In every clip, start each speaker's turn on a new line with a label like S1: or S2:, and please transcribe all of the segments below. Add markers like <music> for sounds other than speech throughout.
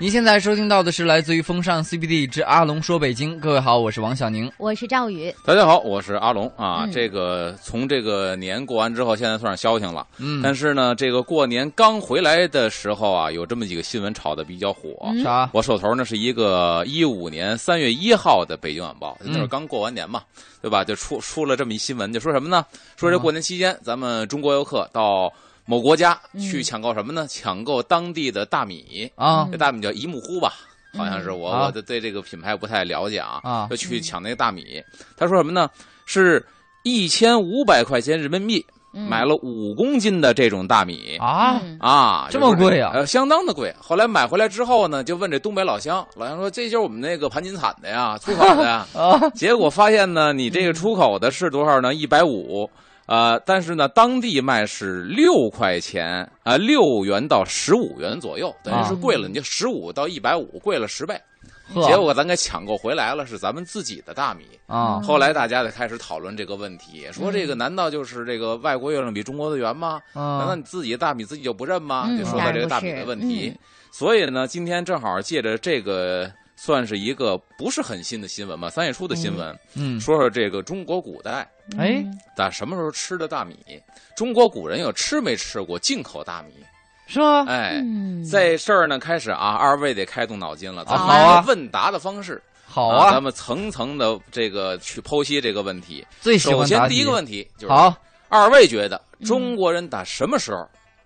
S1: 您现在收听到的是来自于风尚 CBD 之阿龙说北京。各位好，我是王小宁。
S2: 我是赵宇，
S3: 大家好，我是阿龙啊。
S2: 嗯
S3: 这个从这个年过完之后，现在算是消停了。
S1: 嗯，
S3: 但是呢，这个过年刚回来的时候啊，有这么几个新闻炒的比较火。
S2: 嗯
S1: 啥？
S3: 我手头哦呢是啊一个一五年三月一号的《北京晚报》，那会儿
S1: 嗯
S3: 刚过完年嘛，对吧？就出出了这么一新闻，就说什么呢？说这过年期间，咱们中国游客到某国家去
S2: 嗯
S3: 抢购什么呢？抢购当地的大米。
S1: 啊
S3: 这大米叫一木糊吧，好像是我、
S1: 嗯啊
S3: 我对这个品牌不太了解啊，
S1: 啊
S3: 就去抢那个大米。他说什么呢？是一千五百块钱人民币、
S1: 嗯
S3: 买了五公斤的这种大米。
S1: 啊！
S2: 嗯
S3: 啊，
S1: 这么贵啊
S3: 就是呃，相当的贵。后来买回来之后呢，就问这东北老乡，老乡说这就是我们那个盘锦产的呀，出口
S1: <laughs>
S3: 的呀。
S1: 啊，
S3: 结果发现呢，你这个出口的是多少呢？一百五，呃，但是呢，当地卖是六块钱啊，六、元到十五元左右，等于是贵了，你就十五到一百五，贵了十倍。
S1: 啊呵
S3: 结果咱给抢购回来了，是咱们自己的大米。
S1: 啊，
S3: 后来大家就开始讨论这个问题，说
S1: 嗯
S3: 这个难道就是这个外国月亮比中国的圆吗？难道
S1: 啊
S3: 你自己的大米自己就不认吗？
S2: 嗯
S3: 就说到这个大米的问题。
S1: 嗯
S3: 所以呢，今天正好借着这个，算是一个不是很新的新闻吧，三月初的新闻，
S1: 嗯，
S3: 说说这个中国古代
S1: 哎
S2: 嗯
S3: 打什么时候吃的大米？中国古人有吃没吃过进口大米？
S1: 是吗？
S3: 哎，
S2: 嗯
S3: 这事儿呢，开始啊，二位得开动脑筋了。咱们
S2: 好啊
S3: 通过问答的方式，
S1: 好
S3: 啊，
S1: 啊
S3: 咱，们层层的这个去剖析这个问题。
S1: 最喜
S3: 首
S1: 欢答
S3: 先，
S1: 题
S3: 第一个问题就是，
S1: 好嗯
S3: 二位觉得中国人打什么时候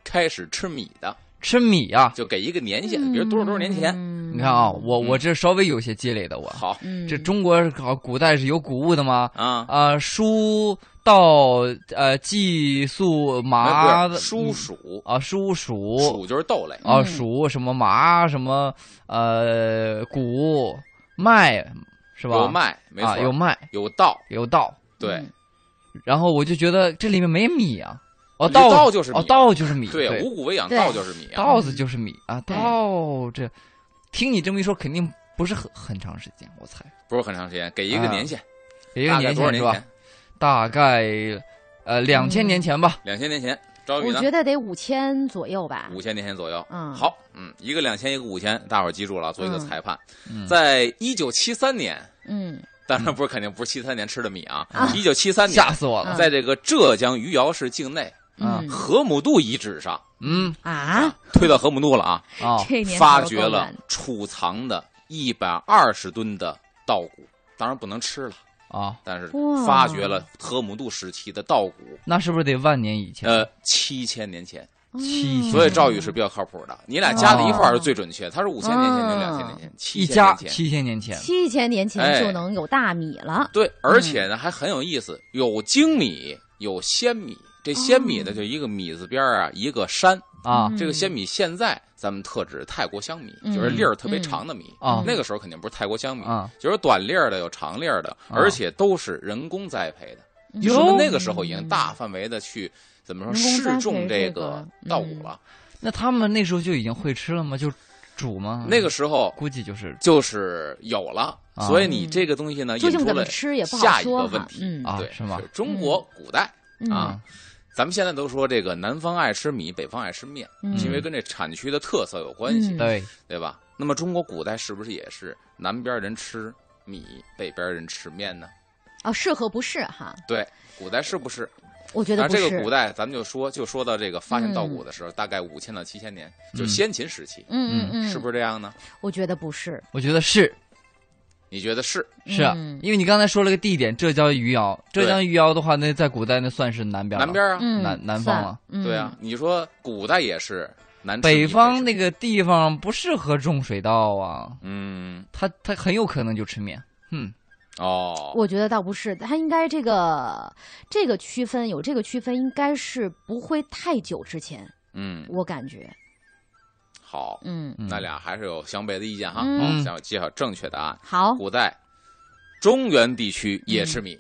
S3: 开始吃米的？
S1: 吃米啊。
S3: 就给一个年限，比如多少多少年前。
S2: 嗯
S1: 你看啊，我我这稍微有些积累的，我
S3: 好
S2: 嗯
S1: 这中国搞古代是有古物的吗？
S3: 啊，
S1: 啊，书道呃寄宿麻
S3: 哎不
S1: 嗯
S3: 是叔黍，
S1: 啊书属
S3: 黍就是豆类，
S1: 啊，
S2: 嗯
S1: 黍什么麻什么呃谷麦是吧？
S3: 有麦，没
S1: 啊，
S3: 错，
S1: 有哦麦
S3: 有稻，
S1: 有稻，
S3: 对，
S2: 嗯
S1: 然后我就觉得这里面没米啊，哦
S3: 你这
S1: 稻
S3: 稻就是米
S1: 哦稻就是米，
S3: 对，
S1: 对，
S3: 五谷为养，
S2: 对
S3: 稻就是米啊。
S1: 稻子就是米啊，
S2: 对
S1: 稻这，听你这么一说，肯定不是很很长时间，我猜
S3: 不是很长时间，给一
S1: 啊
S3: 个年限，
S1: 也有
S3: 大概
S1: 年
S3: 多少
S1: 前
S3: 年
S1: 是吧？
S3: 前？
S1: 大概呃两千年前吧，
S3: 两千年前，赵宇
S2: 我
S3: 呢？
S2: 觉得得五千左右吧。
S3: 五千年前左右。
S2: 嗯
S3: 好，嗯，一个两千，一个五千，大伙儿记住了，做一个
S2: 嗯
S3: 裁判。
S1: 嗯
S3: 在一九七三年，
S2: 嗯
S3: 当然不是肯定不是七三年吃的米啊
S2: 啊，
S3: 一九七三年
S1: 吓，死我了，
S3: 在这个浙江余姚市境内
S1: 嗯
S3: 河姆渡遗址上
S1: 嗯
S2: 啊，，
S3: 推到河姆渡了啊，
S1: 啊
S2: 这年头
S3: 发掘
S2: 够嗯
S3: 了
S2: 远的
S3: 储藏的一百二十吨的稻谷，当然不能吃了，
S1: 啊，
S3: 但是
S2: 哇
S3: 发掘了河姆渡时期的稻谷，
S1: 那是不是得万年以前？
S3: 呃，七千年前，
S1: 七千
S3: 所以赵宇是比较靠谱的，你俩加在一块儿是最准确，他是五千年前
S2: 嗯哦
S3: 跟两千年前，
S1: 一
S3: 七千
S1: 家
S3: 年前。
S1: 七千年前，
S2: 七千年前
S3: 哎
S2: 就能有大米了。
S3: 对，而且呢还很有意思，
S2: 嗯
S3: 有精米，有鲜米。这鲜米呢，就一个米字边儿啊，一个山。
S1: 啊
S2: 嗯
S3: 这个鲜米现在咱们特指泰国香米，
S2: 嗯
S3: 就是粒儿特别长的米。
S1: 啊
S3: 那个时候肯定不是泰国香米，
S1: 啊
S3: 就是短粒儿的有长粒儿的，
S2: 啊
S3: 而且都是人工栽培的。
S2: 嗯
S3: 就说明那个时候已经大范围的去怎么说
S2: 人工栽培
S3: 试种这
S2: 这个嗯
S3: 个稻谷了。
S1: 那他们那时候就已经会吃了吗？就煮吗？
S3: 那个时候
S1: 估计就是
S3: 就是有了，
S1: 啊
S3: 所以你这个东西呢，
S2: 嗯究竟
S3: 引出
S2: 怎么
S3: 了
S2: 吃也不好
S3: 下一
S2: 说哈
S3: 个问。题。
S2: 嗯
S1: 啊
S3: 对，
S1: 是吗
S3: 中国古代
S2: 嗯
S3: 啊，咱们现在都说这个南方爱吃米，北方爱吃面，
S2: 嗯
S3: 是因为跟这产区的特色有关系，
S2: 嗯
S1: 对
S3: 对吧？那么中国古代是不是也是南边人吃米，北边人吃面呢？
S2: 啊，是和不是哈？
S3: 对，古代是不是？
S2: 我觉
S3: 而
S2: 得不
S3: 啊这个古
S2: 是。嗯
S3: 代，咱们就说，就说到这个发现稻谷的时候，大概五千到七千年，就先秦时期，
S2: 嗯嗯嗯，
S3: 是不是这样呢？
S2: 我觉得不是。
S1: 我觉得是
S3: 你觉得是？
S1: 是啊、
S2: 嗯
S1: 因为你刚才说了个地点，浙江余姚。浙
S3: 对
S1: 江余姚的话，那在古代那算是南边了
S3: 南边啊，
S2: 嗯，
S1: 南南方了
S2: 算。
S3: 对啊，你说古代也是南吃
S1: 北
S3: 米
S1: 方那
S3: 北吃
S1: 个地方不适合种水稻啊，
S3: 嗯
S1: 它它很有可能就吃面。嗯，
S3: 哦，
S2: 我觉得倒不是，它应该这个这个区分有这个区分，应该是不会太久之前，
S3: 嗯
S2: 我感觉，
S3: 好，
S2: 嗯，
S1: 嗯
S3: 那俩还是有相悖的意见哈。
S2: 嗯
S3: 好，想介绍正确答案。
S2: 好
S3: 古代中原地区也
S2: 嗯
S3: 吃米，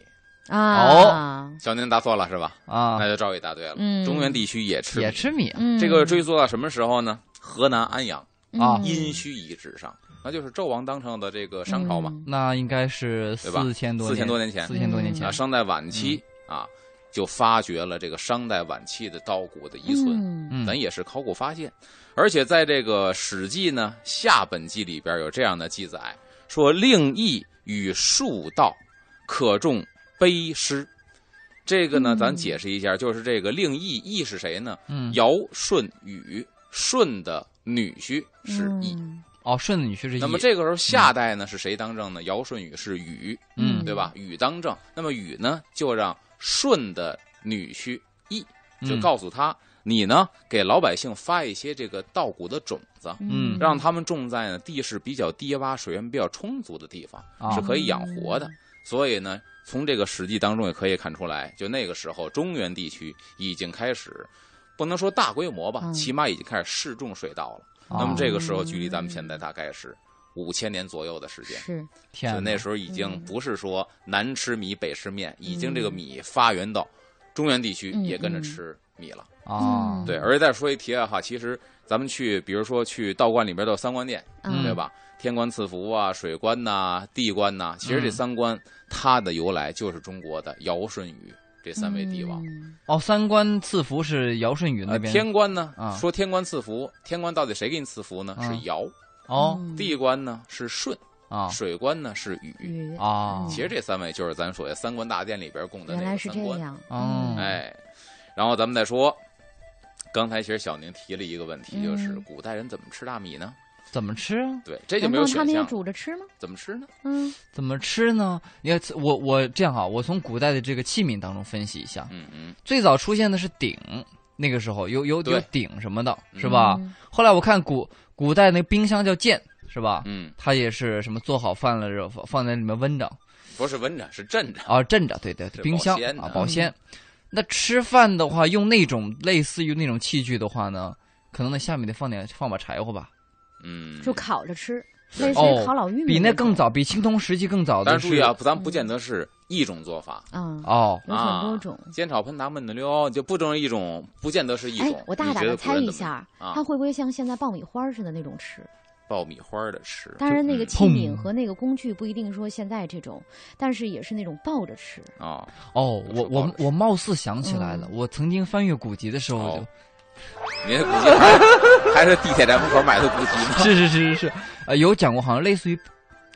S2: 啊，
S3: 小宁答错了是吧？
S1: 啊
S3: 那，就赵宇答对了。
S2: 嗯
S3: 中原地区也哎吃米
S1: 也吃米啊。
S2: 嗯，
S3: 这个追溯到什么时候呢？河南安阳
S1: 啊
S2: 嗯
S3: 殷墟遗址上，那就是纣王当上的这个商朝嘛。
S2: 嗯
S1: 那应该是四千多
S3: 对吧4000多年前
S1: 四千多年前
S3: 啊，
S2: 嗯
S3: 商代晚期啊，就发掘了这个商代晚期的刀骨的遗存，
S2: 嗯
S1: 嗯
S3: 咱也是考古发现。而且在这个《史记》呢下本纪里边有这样的记载，说令义与树道可重碑师。这个呢，
S2: 嗯
S3: 咱解释一下，就是这个令义，义是谁呢？
S1: 嗯，
S3: 尧舜禹，舜的女婿是义。
S2: 嗯
S1: 哦，顺子女婿是一，
S3: 那么这个时候夏代呢是谁当政呢？尧舜禹是禹，
S1: 嗯
S3: 对吧？禹当政，那么禹呢就让舜的女婿羿就
S1: 嗯
S3: 告诉他，你呢给老百姓发一些这个稻谷的种子，
S1: 嗯
S3: 让他们种在呢地势比较低洼、水源比较充足的地方，
S1: 啊
S3: 是可以养活的。所以呢，从这个史记当中也可以看出来，就那个时候中原地区已经开始。不能说大规模吧，
S2: 嗯
S3: 起码已经开始试种水稻了。
S1: 啊
S3: 那么这个时候，距离咱们现在大概是五千年左右的时间。
S2: 是
S1: 天
S3: 就
S1: 哪
S3: 那时候已经
S2: 嗯
S3: 不是说南吃米北吃面，已经这个米发源到中原地区
S2: 嗯
S3: 也跟着
S2: 嗯
S3: 吃米了。
S1: 啊
S2: 嗯，
S3: 对，而且再说一题外话，其实咱们去，比如说去道观里边的三官殿，
S1: 嗯
S3: 对吧？天官赐福啊，水官呐、地官呐、其实这
S1: 嗯
S3: 三官、它的由来就是中国的尧舜禹这三位帝王。，
S2: 嗯
S1: 哦，三官赐福是尧舜禹那
S3: 呃，
S1: 边，
S3: 天官呢，
S1: 啊
S3: 说天官赐福，天官到底谁给你赐福呢？
S1: 啊
S3: 是尧。
S1: 哦
S2: 嗯
S3: 地官呢是舜，
S1: 啊
S3: 水官呢是禹。
S2: 嗯
S1: 啊
S3: 其实这三位就是咱所谓三官大殿里边供的
S2: 原
S3: 那
S2: 来
S3: 个
S2: 是
S3: 三
S2: 这
S3: 官。
S2: 样，
S1: 哦
S2: 嗯
S3: 哎，然后咱们再说，刚才其实小宁提了一个问题，就是
S2: 嗯
S3: 古代人怎么吃大米呢？
S1: 怎么吃啊？
S3: 对，这就
S2: 难
S3: 没
S2: 道
S3: 有
S2: 他
S3: 选
S2: 们要
S3: 项，
S2: 煮着吃吗？
S3: 怎么吃呢？
S2: 嗯
S1: 怎么吃呢？你看，我我这样哈，我从古代的这个器皿当中分析一下，
S3: 嗯嗯，
S1: 最早出现的是鼎，那个时候有有有
S3: 对
S1: 鼎什么的，
S3: 嗯
S1: 是吧？
S2: 嗯
S1: 后来我看古古代那冰箱叫剑，是吧？
S3: 嗯，
S1: 它也是什么做好饭了，然后放在里面温着
S3: 不是温着，是镇着。
S1: 啊，镇着，对对，
S3: 是
S1: 冰箱
S3: 保鲜的嗯
S1: 啊，保鲜。那吃饭的话，用那种类似于那种器具的话呢，可能那下面得放点放把柴火吧。哦
S3: 嗯，哦
S2: 就烤着吃，
S3: 对
S2: 类似于烤老玉米，
S1: 比那更，早，比青铜时期更早的
S3: 但
S1: 是
S3: 是注意啊，咱不见得是一种做法，
S2: 嗯，
S1: 哦，
S2: 有很多种。
S3: 煎炒烹炸焖的溜，就不中一种，不见得是一
S2: 哎
S3: 种。，
S2: 我大
S3: 你
S2: 胆
S3: 觉
S2: 的
S3: 得
S2: 猜
S3: 古人
S2: 一
S3: 怎么
S2: 下，
S3: 啊
S2: 它会不会像现在爆米花似的那种吃？
S3: 爆米花的吃
S2: 当然，那个
S1: 嗯
S2: 器皿
S1: 砰
S2: 和那个工具不一定说现在这种，但是也是那种抱着吃。
S3: 啊，
S1: 哦，我
S3: 有时候
S1: 我
S3: 不好吃
S1: 我貌似想起来了，
S2: 嗯
S1: 我曾经翻阅古籍的时候
S3: 哦您估计还是还 <laughs> 是地铁站门口买的古籍呢。
S1: 就，是是是是是，呃，有讲过，好像类似于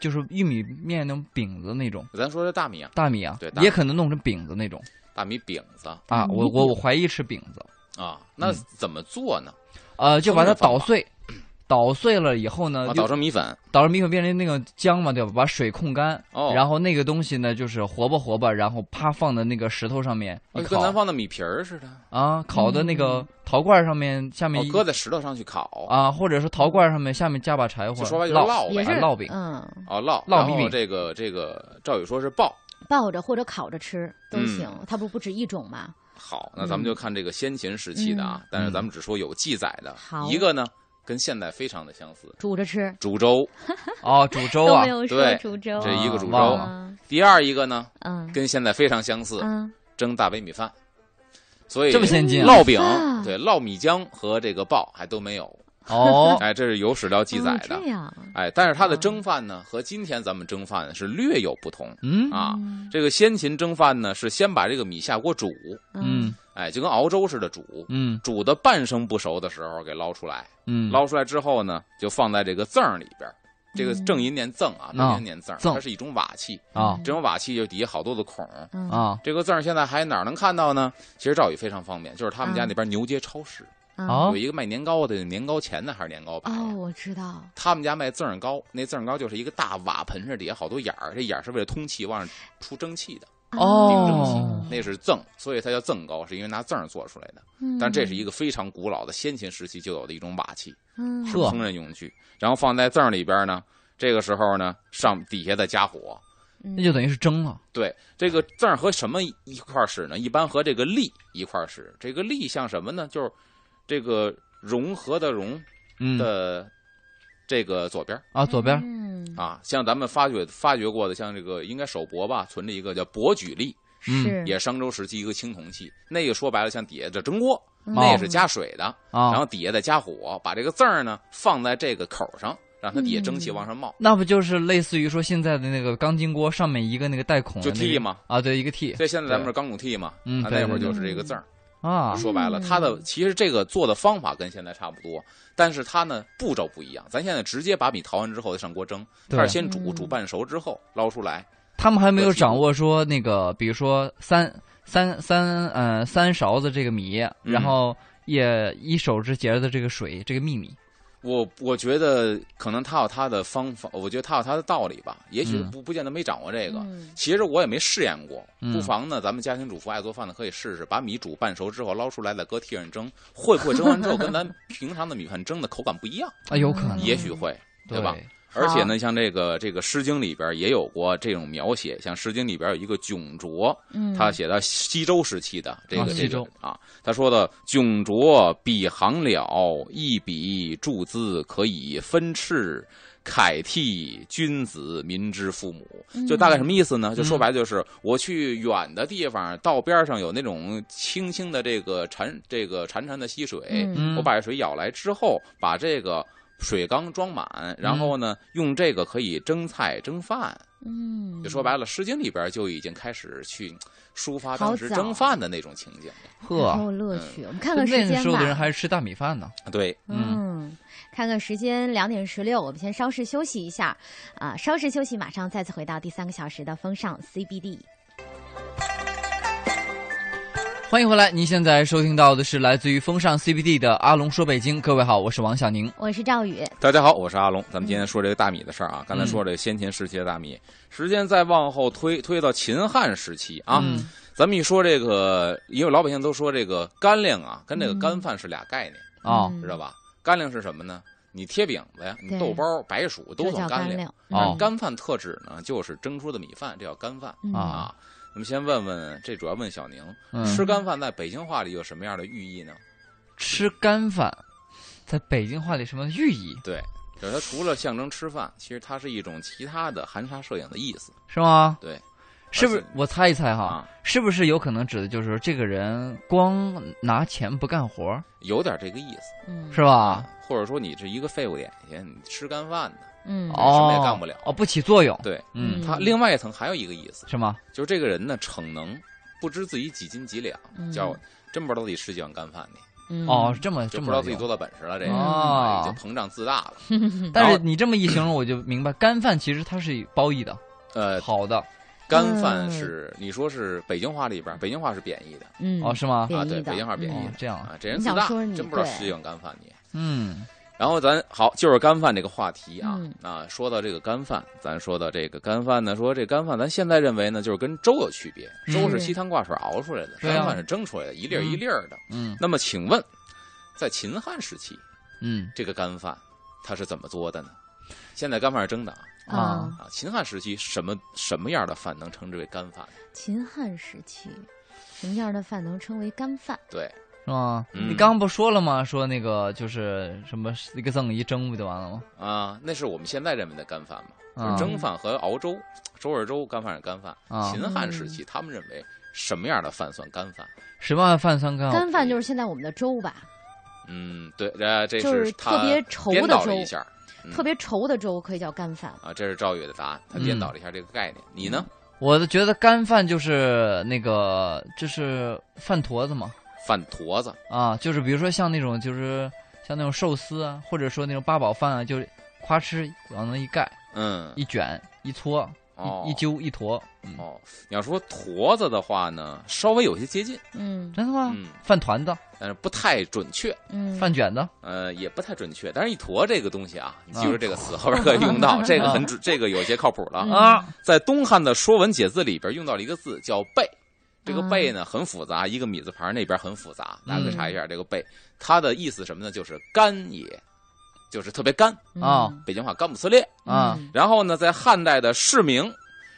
S1: 就是玉米面那种饼子那种
S3: 咱说这大米啊，
S1: 大米啊，
S3: 对大米
S1: 也可能弄成饼子那种
S3: 大米饼子
S1: 啊，
S2: 嗯
S1: 我我我怀疑吃饼子，
S3: 啊，那
S1: 嗯
S3: 怎么做呢？
S1: 呃，就把它
S3: 生的方
S1: 捣
S3: 法
S1: 碎，捣碎了以后呢，
S3: 啊，
S1: 就
S3: 捣成米粉，
S1: 捣成米粉变成那个浆嘛，对吧？把水控干，
S3: 哦
S1: 然后那个东西呢就是活吧活吧，然后啪放在那个石头上面一
S3: 哦
S1: 烤
S3: 跟咱放的米皮儿似的，
S1: 啊，烤的那个陶罐上面下面
S3: 嗯哦
S1: 一，
S3: 搁在石头上去烤，
S1: 啊，或者是陶罐上面下面加把柴火，
S3: 就说白了就是
S1: 烙
S3: 烙
S2: 也
S3: 呗
S2: 是
S1: 啊烙饼
S2: 嗯，
S3: 哦烙
S1: 烙
S3: 然
S1: 米
S3: 后
S1: 饼
S3: 这个这个，赵宇说是爆，
S2: 抱着或者烤着吃都
S3: 嗯
S2: 行，它不不止一种嘛。
S3: 好，那咱
S1: 嗯
S3: 们就看这个先秦时期的啊，但是咱们只说有记载的
S2: 好，
S3: 一个呢跟现代非常的相似，
S2: 煮着吃
S3: 煮粥，
S1: 哦，煮粥
S2: 都
S1: 啊
S2: 没，有哦说
S3: 对
S2: 煮粥，
S3: 这一个煮粥
S1: 忘了
S2: 嗯
S3: 第二一个呢
S2: 嗯
S3: 跟现代非常相似，
S2: 嗯，
S3: 蒸大杯米饭，所以
S1: 这么先进啊
S3: 烙饼
S2: 啊
S3: 对烙米浆和这个爆还都没有，
S2: <laughs>
S1: 哦，
S3: 哎，这是有史料记载
S2: 哦
S3: 的
S2: 这，样
S3: 哎，但是它的
S2: 嗯
S3: 蒸饭呢和今天咱们蒸饭是略有不同。
S1: 嗯
S3: 啊
S2: 嗯
S3: 这个先秦蒸饭呢，是先把这个米下锅煮，
S1: 嗯
S3: 哎，就跟熬粥似的煮，
S1: 嗯
S3: 煮的半生不熟的时候给捞出来，
S1: 嗯，
S3: 捞出来之后呢，就放在这个甑儿里边儿。这个
S2: 嗯
S3: 正音念甑
S1: 哦
S3: 啊，单音念甑儿，
S1: 甑
S3: 它是一种瓦器，
S1: 啊
S3: 这种瓦器就底下好多的孔儿。
S2: 嗯
S1: 啊
S3: 这个甑儿现在还哪儿能看到呢？其实赵宇非常方便，就是他们家
S2: 嗯
S3: 那边牛街超市
S2: 啊
S1: 哦
S3: 有一个卖年糕的，年糕钱的还是年糕牌呀？
S2: 哦，我知道，
S3: 他们家卖甑儿糕，那甑儿糕就是一个大瓦盆上底下好多眼儿，这眼儿是为了通气，往上出蒸汽的。
S1: 哦
S3: 那是赠，所以它叫赠糕，是因为拿赠做出来的。
S1: 嗯
S3: 但这是一个非常古老的先秦时期就有的一种瓦器，
S2: 嗯
S3: 是
S1: 呵
S3: 烹饪用具。然后放在赠里边呢，这个时候呢，上底下再加火。
S2: 嗯
S1: 那就等于是蒸了，
S3: 对，这个赠和什么一块儿使呢？一般和这个栗一块儿使。这个栗像什么呢？就是这个融合的融
S1: 嗯
S3: 的这个左边儿
S1: 啊，左边儿
S2: 嗯
S3: 啊，像咱们发掘发掘过的，像这个应该手博吧，存着一个叫博举栗，
S1: 嗯
S2: 是
S3: 也商周时期一个青铜器，那个说白了像底下这蒸锅，
S2: 嗯哦
S3: 那也是加水的，然
S1: 啊
S3: 后底下再加火，把这个字儿呢放在这个口上，让它底下蒸汽往上冒，
S2: 嗯
S1: 那不就是类似于说现在的那个钢筋锅上面一个那个带孔的
S3: 就
S1: 那个
S3: T 嘛。
S1: 啊，对，一个 T
S3: 所以现在咱们是钢骨 T 嘛，
S1: 嗯
S3: 啊
S1: 对
S3: 那会儿
S1: 对
S3: 就是
S2: 对
S3: 这个字儿。
S1: 啊，
S3: 说白了，
S2: 嗯
S3: 它的其实这个做的方法跟现在差不多，但是它呢步骤不一样。咱现在直接把米淘完之后再上锅蒸，
S1: 对
S3: 它是先煮，
S2: 嗯
S3: 煮半熟之后捞出来。
S1: 他们还没有
S3: 和题目
S1: 掌握说那个，比如说三三三呃三勺子这个米，
S3: 嗯
S1: 然后也一手指节的这个水这个秘密。
S3: 我我觉得可能它有它的方法，我觉得它有它的道理吧。也许
S1: 嗯
S3: 不不见得没掌握这个，
S2: 嗯
S3: 其实我也没试验过，
S1: 嗯
S3: 不妨呢，咱们家庭主妇爱做饭的可以试试，把米煮半熟之后捞出来，再搁屉上蒸，会不会蒸完之后
S1: <laughs>
S3: 跟咱平常的米饭蒸的口感不一样？
S1: 啊，有可能，
S2: 嗯
S3: 也许会，对吧？
S2: 好
S3: 而且呢，像这个这个《诗经》里边也有过这种描写，像《诗经》里边有一个迥卓，
S2: 嗯，
S3: 他写到西周时期的这个、
S1: 啊
S3: 这
S1: 西
S3: 个
S1: 周
S3: 啊，他说的“迥卓比行了，一笔注资可以分赤，慨替君子民之父母”，
S1: 嗯
S3: 就大概什么意思呢？就说白了就是我去远的地方，道边上有那种清清的这个潺这个潺潺的溪水，
S2: 嗯
S1: 嗯，
S3: 我把水舀来之后，把这个水缸装满，然
S1: 嗯
S3: 后呢，用这个可以蒸菜、蒸饭。
S2: 嗯，
S3: 就说白了，《诗经》里边就已经开始去抒发
S2: 好
S3: 当时
S2: 早
S3: 蒸饭的那种情景了。
S2: 好
S1: 呵，
S2: 有乐趣。我们看
S1: 嗯就
S2: 看时
S1: 那个
S2: 间
S1: 时候的人
S2: 吧，
S1: 还是吃大米饭呢。
S3: 啊对，
S2: 嗯，看看时间两点十六，我们先稍事休息一下啊，稍事休息，马上再次回到第三个小时的风尚 CBD。
S1: 欢迎回来，您现在收听到的是来自于风尚 CBD 的阿龙说北京。各位好，我是王小宁。
S2: 我是赵宇，
S3: 大家好，我是阿龙。咱们今
S2: 嗯
S3: 天说这个大米的事儿啊，刚才说这先秦时期的大米，时间再往后推，推到秦汉时期啊。
S1: 嗯
S3: 咱们一说这个，因为老百姓都说这个干粮啊，跟这个干饭是俩概念，
S1: 哦，
S2: 嗯
S3: 知道吧？干粮是什么呢？你贴饼子呀，你
S2: 对
S3: 豆包、白薯都
S2: 这叫
S3: 算干粮。
S2: 粮嗯
S1: 哦
S3: 干饭特指呢，就是蒸出的米饭，这叫干饭
S2: 嗯
S1: 啊
S3: 啊。那么先问问，这主要问小宁，
S1: 嗯，
S3: 吃干饭在北京话里有什么样的寓意呢？
S1: 吃干饭，在北京话里什么寓意
S3: 对，就是它除了象征吃饭，其实它是一种其他的含沙射影的意思
S1: 是吗？
S3: 对，
S1: 是不
S3: 而
S1: 是
S3: 且？
S1: 我猜一猜哈，
S3: 啊，
S1: 是不是有可能指的就是这个人光拿钱不干活儿，
S3: 有点这个意思
S2: 嗯
S1: 是吧？，
S3: 或者说你是一个废物点心，你吃干饭的，
S2: 嗯
S3: 哦什么也干不了
S1: 哦，不起作用。
S3: 对。
S1: 嗯，
S3: 它另外一层还有一个意思，
S1: 是吗？
S3: 就是这个人呢逞能，不知自己几斤几两，
S2: 嗯
S3: 叫真不知道自己吃几碗干饭呢，
S2: 嗯
S1: 哦，这么这
S3: 就不
S1: 么
S3: 知道自己
S1: 有
S3: 多大本事了，这个哎
S1: 哦
S3: 就膨胀自大了。
S1: 但
S3: 然
S1: 是
S3: 后
S1: 你这么一形容，我就明白，干饭其实它是褒义的，
S3: 呃，
S1: 好的
S3: 干饭是你说是北京话里边，北京话是贬义的
S2: 嗯
S1: 哦，是吗？
S2: 贬
S3: 啊，
S2: 义
S3: 对，
S2: 的
S3: 北京话是贬义
S1: 哦
S3: 的，
S1: 这样，
S3: 啊，这人
S2: 你
S3: 自
S2: 想
S3: 大，
S2: 说你
S3: 真不知道
S2: 对
S3: 吃几碗干饭你。
S1: 嗯
S3: 然后咱好，就是干饭这个话题啊、
S2: 嗯
S3: 啊，说到这个干饭，咱说到这个干饭呢，说这干饭，咱现在认为呢，就是跟粥有区别，
S1: 嗯
S3: 粥是稀汤挂水熬出来的，
S1: 对啊
S3: 干饭是蒸出来的，一粒儿一粒儿的。
S1: 嗯
S3: 那么，请问，在秦汉时期，
S1: 嗯，
S3: 这个干饭它是怎么做的呢？现在干饭是蒸的啊，
S1: 啊
S3: 啊，秦汉时期什么什么样的饭能称之为干饭？
S2: 秦汉时期，什么样的饭能称为干饭？
S3: 对，
S1: 是吗？
S3: 嗯
S1: 你刚刚不说了吗？说那个就是什么一个赠一蒸不就完了吗？
S3: 啊，那是我们现在认为的干饭嘛，就是
S1: 啊
S2: 嗯
S3: 蒸饭和熬粥，粥是粥，干饭是干饭。
S1: 啊
S3: 秦汉时
S2: 嗯
S3: 期，他们认为什么样的饭算干饭？
S1: 什么饭算干？
S2: 干饭就是现在我们的粥吧，
S3: 嗯，对，这这
S2: 就是
S3: 他
S2: 特别稠
S3: 颠
S2: 的
S3: 倒了
S2: 粥
S3: 一下嗯
S2: 特别稠的粥可以叫干饭。
S3: 啊，这是赵宇的答案，
S1: 嗯
S3: 他颠倒了一下这个概念。你呢？
S1: 我觉得干饭就是那个就是饭坨子嘛，
S3: 饭坨子，
S1: 啊，就是比如说像那种就是像那种寿司啊，或者说那种八宝饭啊，就是夸吃往那一盖
S3: 嗯，
S1: 一卷一搓
S3: 哦
S1: 一一揪一坨，嗯，
S3: 哦，你要说坨子的话呢，稍微有些接近，
S2: 嗯
S1: 真的吗？
S3: 嗯，
S1: 饭团子、
S3: 但是不太准确，
S2: 嗯，
S1: 饭卷子，
S3: 呃，也不太准确。但是一坨这个东西啊，你记住这个词，后边可以用
S2: <laughs>
S3: 到，这个很准，这个有些靠谱了
S2: 啊嗯
S1: 啊，
S3: 在东汉的《说文解字》里边用到了一个字叫“贝”，这个“
S2: 啊
S3: 贝”呢很复杂，一个米字旁那边很复杂，
S2: 嗯
S3: 大家可以查一下这个“贝”，它的意思什么呢？就是干也，就是特别干，
S1: 啊
S3: 北京话干不撕裂。
S1: 啊
S2: 嗯
S3: 然后呢，在汉代的《释名·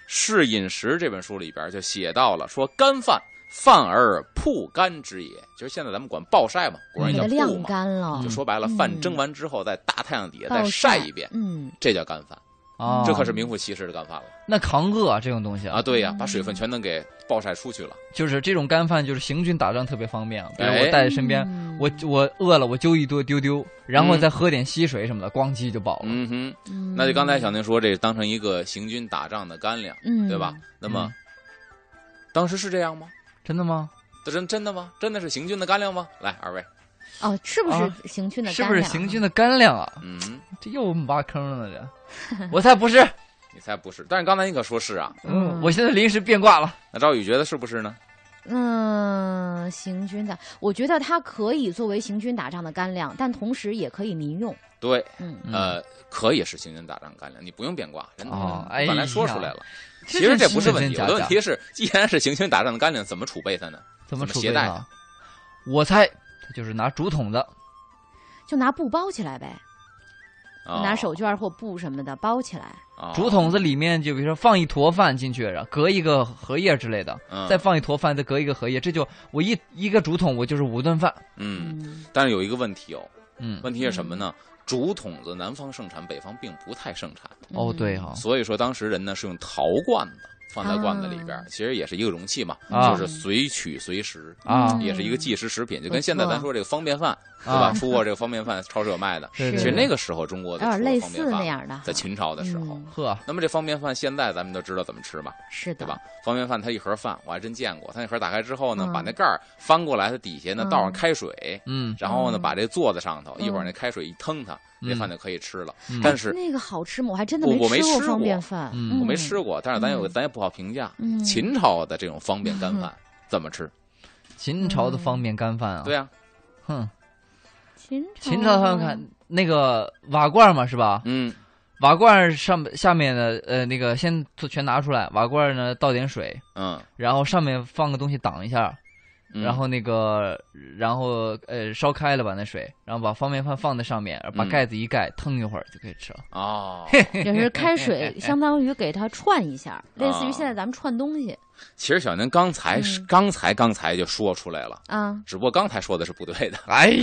S3: 释饮食》这本书里边就写到了说干饭。饭而曝干之也，就是现在咱们管暴晒嘛，古人
S2: 给
S3: 叫
S2: 它嗯
S3: 曝
S2: 晾
S3: 嘛，
S2: 干了
S3: 就，说白了，
S2: 嗯
S3: 饭蒸完之一后，在大太阳底下再
S2: 暴
S3: 晒一遍，
S2: 嗯
S3: 这叫干饭。
S1: 啊，
S3: 这可是名副其实的干饭了
S1: 那扛饿啊这种东西
S3: 啊！，对呀，把水分全能给暴晒出去了。
S1: 就是这种干饭，就是行军打仗特别方便啊。比如
S3: 哎
S1: 我带在身边，
S2: 嗯
S1: 我我饿了我揪一多丢丢，然后再喝点溪水什么的，咣叽就饱了。
S3: 嗯哼，那就刚才小宁说，这当成一个行军打仗的干粮，
S2: 嗯，
S3: 对吧？？那么，当时是这样吗？
S1: 真的吗？
S3: 这真真的吗？真的是行军的干粮吗？来，二位，
S2: 哦，是不
S1: 啊
S2: 是行军的
S1: 是
S2: 干粮啊？
S1: 不是行军的干粮啊？
S3: 嗯，
S1: 这又挖坑了呢，
S2: <laughs>
S1: 这我才不是。
S3: 你猜不是？但是刚才你可说是啊。
S1: 嗯
S2: 嗯，
S1: 我现在临时变卦了。
S3: 那赵宇觉得是不是呢？
S2: 嗯，行军的，我觉得它可以作为行军打仗的干粮，但同时也可以民用。
S3: 对，
S2: 嗯，
S1: 嗯
S3: 呃，可以是行军打仗干粮，你不用变卦，真的。
S1: 哦
S3: 我本来说出
S1: 哎
S3: 来
S1: 呀
S3: 了，其实这不是
S1: 真
S3: 问题，
S1: 假
S3: 我
S1: 假
S3: 的问题是，既然是行军打仗的干粮，怎么储备它呢？
S1: 怎么
S3: 怎么
S1: 储
S3: 携
S1: 备
S3: 带哦
S1: 呢？我猜他就是拿竹筒的，
S2: 就拿布包起来呗，
S3: 啊，
S2: 拿手绢儿或布什么的包起来。
S3: 啊
S1: 竹筒子里面就比如说放一坨饭进去，然后隔一个荷叶之类的，
S3: 嗯
S1: 再放一坨饭，再隔一个荷叶，这就我一一个竹筒我就是五顿饭。
S3: 嗯，
S2: 嗯，
S3: 但是有一个问题哦，
S1: 嗯，
S3: 问题是什么呢？竹筒子南方盛产，北方并不太盛产，
S2: 嗯
S1: 哦对哈、
S3: 所以说当时人呢是用陶罐子放在罐子里边
S2: 啊
S3: 儿，其实也是一个容器嘛，
S1: 啊
S3: 就是随取随食，
S1: 啊
S2: 嗯
S3: 也是一个即食食品，就跟
S2: 不
S3: 现在
S2: 错
S3: 咱说这个方便饭，对
S1: 啊
S3: 吧？出过这个方便饭， <laughs> 超市有卖的。
S1: 对
S2: 是
S1: 对
S3: 其实那个时候中
S2: 有
S3: 国就出
S2: 点
S3: 了
S2: 类
S3: 方便
S2: 似
S3: 饭
S2: 那样的哈，
S3: 在秦朝的时候。
S2: 嗯
S1: 呵，
S3: 那么这方便饭现在咱们都知道怎么吃嘛，
S2: 是的，
S3: 对吧？方便饭它一盒饭，我还真见过，它那盒打开之后呢，
S2: 嗯
S3: 把那盖儿翻过来，它底下呢
S2: 嗯
S3: 倒上开水，
S1: 嗯，
S3: 然后呢
S2: 嗯
S3: 把这坐在上头，
S2: 嗯
S3: 一会儿那开水一腾它，
S1: 嗯
S3: 那饭就可以吃了
S1: 嗯。
S3: 但是
S2: 那个好吃吗？我还真的
S3: 我我没
S2: 吃过
S3: 吃
S2: 方
S3: 过
S2: 便饭，
S1: 嗯
S3: 我没吃过，但是咱有咱也不好评价
S2: 嗯。
S3: 秦朝的这种方便干饭怎么吃？
S1: 秦朝的方便干饭啊，
S3: 对，啊，
S1: 哼，
S2: 秦朝
S1: 秦朝的方便干那个瓦罐嘛是吧？
S3: 嗯，
S1: 瓦罐上下面的呃那个先全拿出来，瓦罐呢倒点水，
S3: 嗯，
S1: 然后上面放个东西挡一下，
S3: 嗯
S1: 然后那个，然后呃烧开了把那水，然后把方便饭放在上面，把
S3: 嗯
S1: 盖子一盖，腾一会儿就可以吃了。
S3: 哦， <laughs>
S2: 也是开水，相当于给它串一下，类似于现在咱们串东西
S3: 其实小宁刚才是
S2: 嗯
S3: 刚才刚才就说出来了，
S2: 啊。
S3: 只不过刚才说的是不对的，
S1: 哎呀，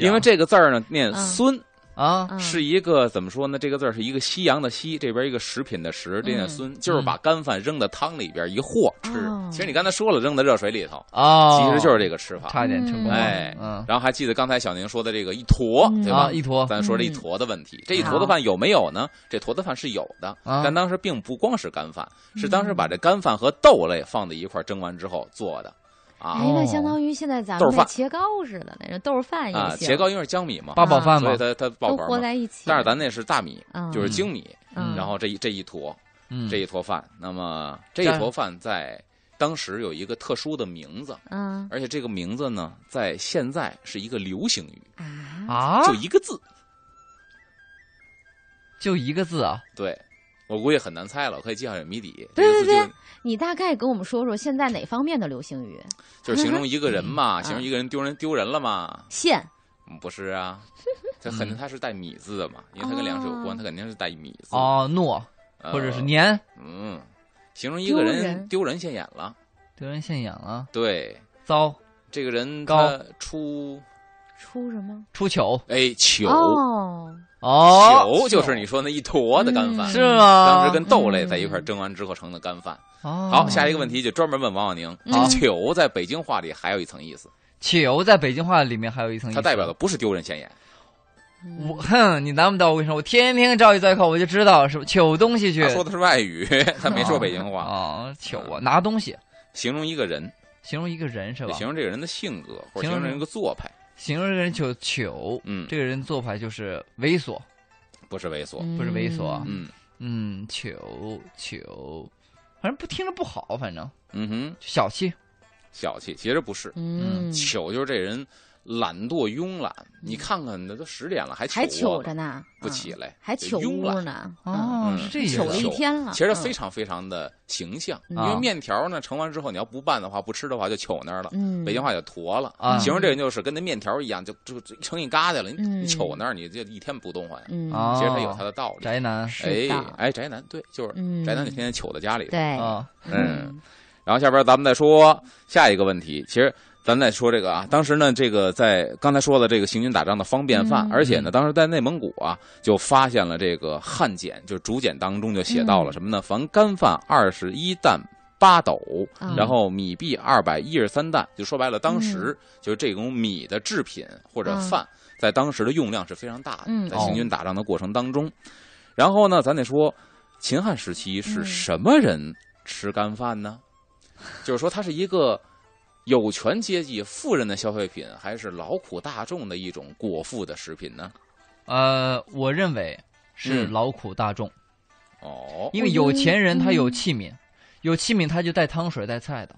S3: 因为这个字儿呢念
S2: 嗯
S3: 孙，
S1: 啊，
S2: 啊
S3: 是一个怎么说呢？这个字儿是一个西洋的西，这边一个食品的食，这念孙，就是把干饭扔到汤里边一和吃
S2: 嗯哦。
S3: 其实你刚才说了，扔到热水里头，
S1: 哦，
S3: 其实就是这个吃法。
S1: 差一点成功了。
S3: 哎
S1: 嗯
S3: 然后还记得刚才小宁说的这个一坨，
S2: 嗯
S3: 对吧
S1: 啊，？一坨
S3: 咱说这一
S2: 嗯
S3: 坨的问题，这一坨的饭有没有呢？这坨的饭是有的，
S1: 啊
S3: 但当时并不光是干饭，是当时
S2: 嗯
S3: 把这干饭和豆类放在一块儿蒸完之后做的，
S2: 哎，
S3: 啊
S1: 哦
S2: 那相当于现在咱
S3: 豆
S2: 们
S3: 儿
S2: 那
S3: 饭
S2: 茄糕似的那种豆儿饭也
S3: 啊，
S2: 行，
S3: 茄糕因为是江米嘛，
S1: 八宝饭嘛
S3: 所以，它它爆
S2: 都
S3: 团
S2: 和
S3: 嘛。
S2: 在一起。
S3: 但是咱那是大米，
S2: 嗯
S3: 就是精米，
S2: 嗯
S3: 然后这一这一坨，
S1: 嗯
S3: 这一坨饭。那么这
S1: 但
S3: 一
S1: 是
S3: 坨饭在当时有一个特殊的名字，
S2: 嗯
S3: 而且这个名字呢，在现在是一个流行语，
S2: 啊，
S1: 啊，
S3: 就一个字。
S1: 就一个字啊，
S3: 对，我估计很难猜了，我可以揭晓这谜底。
S2: 对
S3: 这个字
S2: 对
S3: 就
S2: 对你大概给我们说说现在哪方面的流行语？
S3: 就是形容一个人嘛，
S2: 嗯
S3: 形容一个人丢人丢人了嘛？
S2: 现
S3: 嗯不是啊，
S1: 嗯
S3: 它肯定它是带米字的嘛，因为它跟粮食有关，它肯定是带米字。
S1: 哦，诺
S3: 呃，
S1: 或者是年，
S3: 嗯，形容一个
S2: 丢
S3: 人
S2: 人
S3: 丢人现眼了。
S1: 丢人现眼了，
S3: 对，
S1: 糟，
S3: 这个人
S1: 高
S3: 他出
S2: 出什么？
S1: 出糗
S3: 哎糗。
S2: 哦，
S1: 哦，
S3: 球就是你说那一坨的干饭，
S2: 嗯
S1: 是啊吗？
S3: 当时跟豆类在一块蒸完之后成的干饭。
S1: 哦
S3: 好，下一个问题就专门问王小宁，
S2: 好
S3: 球在北京话里还有一层意思，
S1: 糗在北京话里面还有一层意思，
S3: 它代表的不是丢人现眼，
S2: 嗯
S1: 我哼，你难不倒我，跟你说，我天天照一在一块，我就知道是不糗东西去
S3: 他。说的是外语， <laughs> 他没说北京话，
S1: 啊，糗啊，拿东西
S3: 形容一个人，
S1: 形容一个人是吧
S3: 就？形容这个人的性格或者
S1: 形
S3: 形
S1: 容
S3: 容一个做派，
S1: 形容一个人就糗，
S3: 嗯，
S1: 这个人做派就是猥琐，
S3: 不是猥琐，
S2: 嗯
S1: 不是猥琐啊
S3: 嗯
S1: 嗯，糗糗，反正不听着不好，反正
S3: 嗯哼，
S1: 小气，
S3: 小气其实不是，
S2: 嗯，
S3: 糗就是这人懒惰慵懒，你看看那都十点了还
S2: 还糗
S3: 着
S2: 着呢，
S3: 不
S2: 啊
S3: 起来，
S2: 还糗啊
S3: 就慵
S2: 屋
S3: 懒。
S2: 呢，
S1: 哦
S3: 嗯，
S1: 是这意思
S2: 糗了一
S3: 糗
S2: 天了。
S3: 其实它
S2: 嗯
S3: 非常非常的形象，
S2: 嗯
S3: 因
S1: 啊
S3: 为面条呢盛完之后，你要不拌的话，不吃的话就糗那儿了。
S2: 嗯，
S3: 北京话叫坨了，
S1: 啊
S3: 嗯形容这人就是跟那面条一样，就就就成一疙瘩了。你
S2: 嗯
S3: 你糗那儿，你就一天不动换呀。
S2: 嗯
S1: 啊
S3: 其实它有它的道理。
S1: 宅男
S2: 是
S3: 哎
S2: 的，
S3: 哎，宅男对，就是
S2: 嗯
S3: 宅男，就天天糗在家里。
S2: 对，
S1: 啊，
S3: 嗯，然后下边咱们再说下一个问题。其实咱再说这个啊，当时呢，这个在刚才说了这个行军打仗的方便饭，
S2: 嗯
S3: 而且呢，当时在内蒙古啊，就发现了这个汉简，就竹简当中就写到了什么呢？凡干饭二十一担八斗，
S2: 啊
S3: 然后米币二百一十三担，就说白了，当时就是这种米的制品或者
S2: 嗯
S3: 饭，在当时的用量是非常大的
S2: 嗯，
S3: 在
S1: 哦
S3: 行军打仗的过程当中。然后呢，咱得说，秦汉时期是
S2: 嗯
S3: 什么人吃干饭呢？就是说，它是一个有权阶级富人的消费品，还是劳苦大众的一种果腹的食品呢？
S1: 呃，我认为是
S3: 嗯
S1: 劳苦大众，
S3: 哦，
S1: 因为有钱人他有
S2: 嗯
S1: 器皿，有器皿他就带汤水带菜的，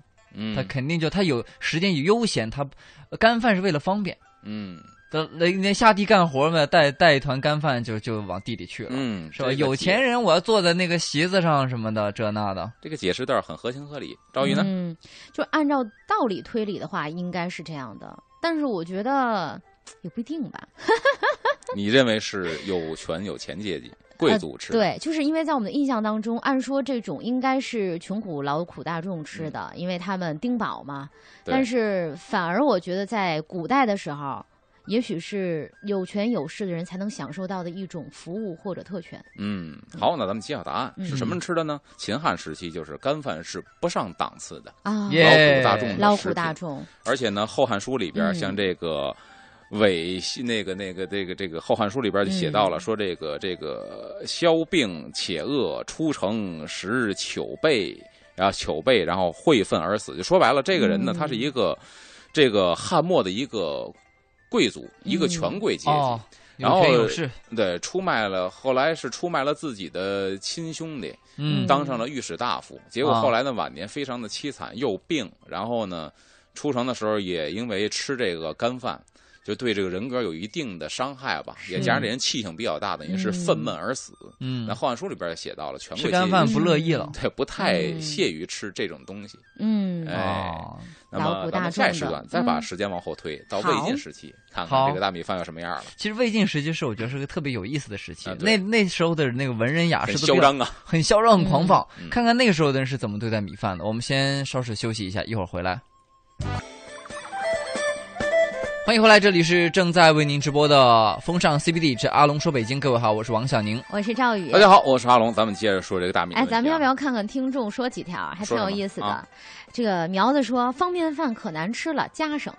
S1: 他
S3: 嗯
S1: 肯定就他有时间有悠闲，他呃干饭是为了方便。
S3: 嗯
S1: 那那下地干活嘛，带带一团干饭就就往地里去了，
S3: 嗯，
S1: 是吧？
S3: 这个
S1: 有
S3: 解
S1: 钱人我要坐在那个席子上什么的，这那的。
S3: 这个解释倒是很合情合理。赵宇呢？
S2: 嗯，就按照道理推理的话，应该是这样的，但是我觉得也不一定吧。 <laughs>
S3: 你认为是有权有钱阶级贵族吃？，
S2: 呃对，就是因为在我们的印象当中，按说这种应该是穷苦劳苦大众吃的，因为他们丁饱嘛。
S3: 嗯对
S2: 但是反而我觉得在古代的时候，也许是有权有势的人才能享受到的一种服务或者特权。
S3: 嗯，好，那咱们揭晓答案
S2: 嗯
S3: 是什么人吃的呢？秦汉时期就是干饭是不上档次的，
S2: 啊，
S1: 耶
S3: 劳苦大众的
S2: 劳
S3: 食
S2: 苦
S3: 品
S2: 大众，
S3: 而且呢，《后汉书》里边
S2: 嗯
S3: 像这个伪西那个那个这个这个《后汉书》里边就写
S2: 嗯
S3: 到了，说这个这个消病且饿，出城食糗备，然后糗备，然后会愤而死。就说白了，这个人呢，
S2: 嗯
S3: 他是一个这个汉末的一个贵族，一个
S2: 嗯
S3: 权贵阶级。
S1: 哦，有
S3: 然后
S1: 权有势，
S3: 对，出卖了，后来是出卖了自己的亲兄弟，
S1: 嗯，
S3: 当上了御史大夫。结果
S1: 啊
S3: 后来呢，晚年非常的凄惨，又病，然后呢，出城的时候也因为吃这个干饭，就对这个人格有一定的伤害吧。也加上这人气性比较大，等于是愤懑而死。
S1: 嗯
S3: 那《后汉书》里边也写到了，权
S1: 吃
S3: 贵阶
S1: 干
S3: 级
S1: 饭
S3: 是
S1: 不乐意了。
S3: 对不太
S2: 嗯
S3: 屑于吃这种东西。
S2: 嗯，
S3: 哎
S1: 哦，
S3: 那
S2: 劳
S3: 么
S2: 苦
S3: 咱
S2: 大
S3: 们
S2: 众
S3: 下一时
S2: 的
S3: 段再把
S2: 嗯
S3: 时间往后推到
S2: 好
S3: 魏晋时期，看看
S1: 好
S3: 这个大米饭有什么样了，
S1: 其实魏晋时期是我觉得是个特别有意思的时期
S3: 啊，
S1: 那
S3: 对
S1: 那时候的那个文人雅士都
S3: 很
S1: 比较
S3: 嚣张啊。
S1: 很嚣张、很狂放。
S3: 嗯嗯
S1: 看看那个时候的人是怎么对待米饭的。我们先稍事休息一下，一会儿回来。欢迎回来，这里是正在为您直播的《风尚 CBD 之阿龙说北京》。各位好，我是王小宁。
S2: 我是赵宇。
S3: 大家好，我是阿龙，咱们接着说这个大米的
S2: 哎，
S3: 问题啊。
S2: 咱们要不要看看听众说几条儿，还挺
S3: 说
S2: 有
S3: 什么
S2: 意思的。
S3: 啊
S2: 这个苗子说方便饭可难吃了，加
S3: <laughs>
S2: 上。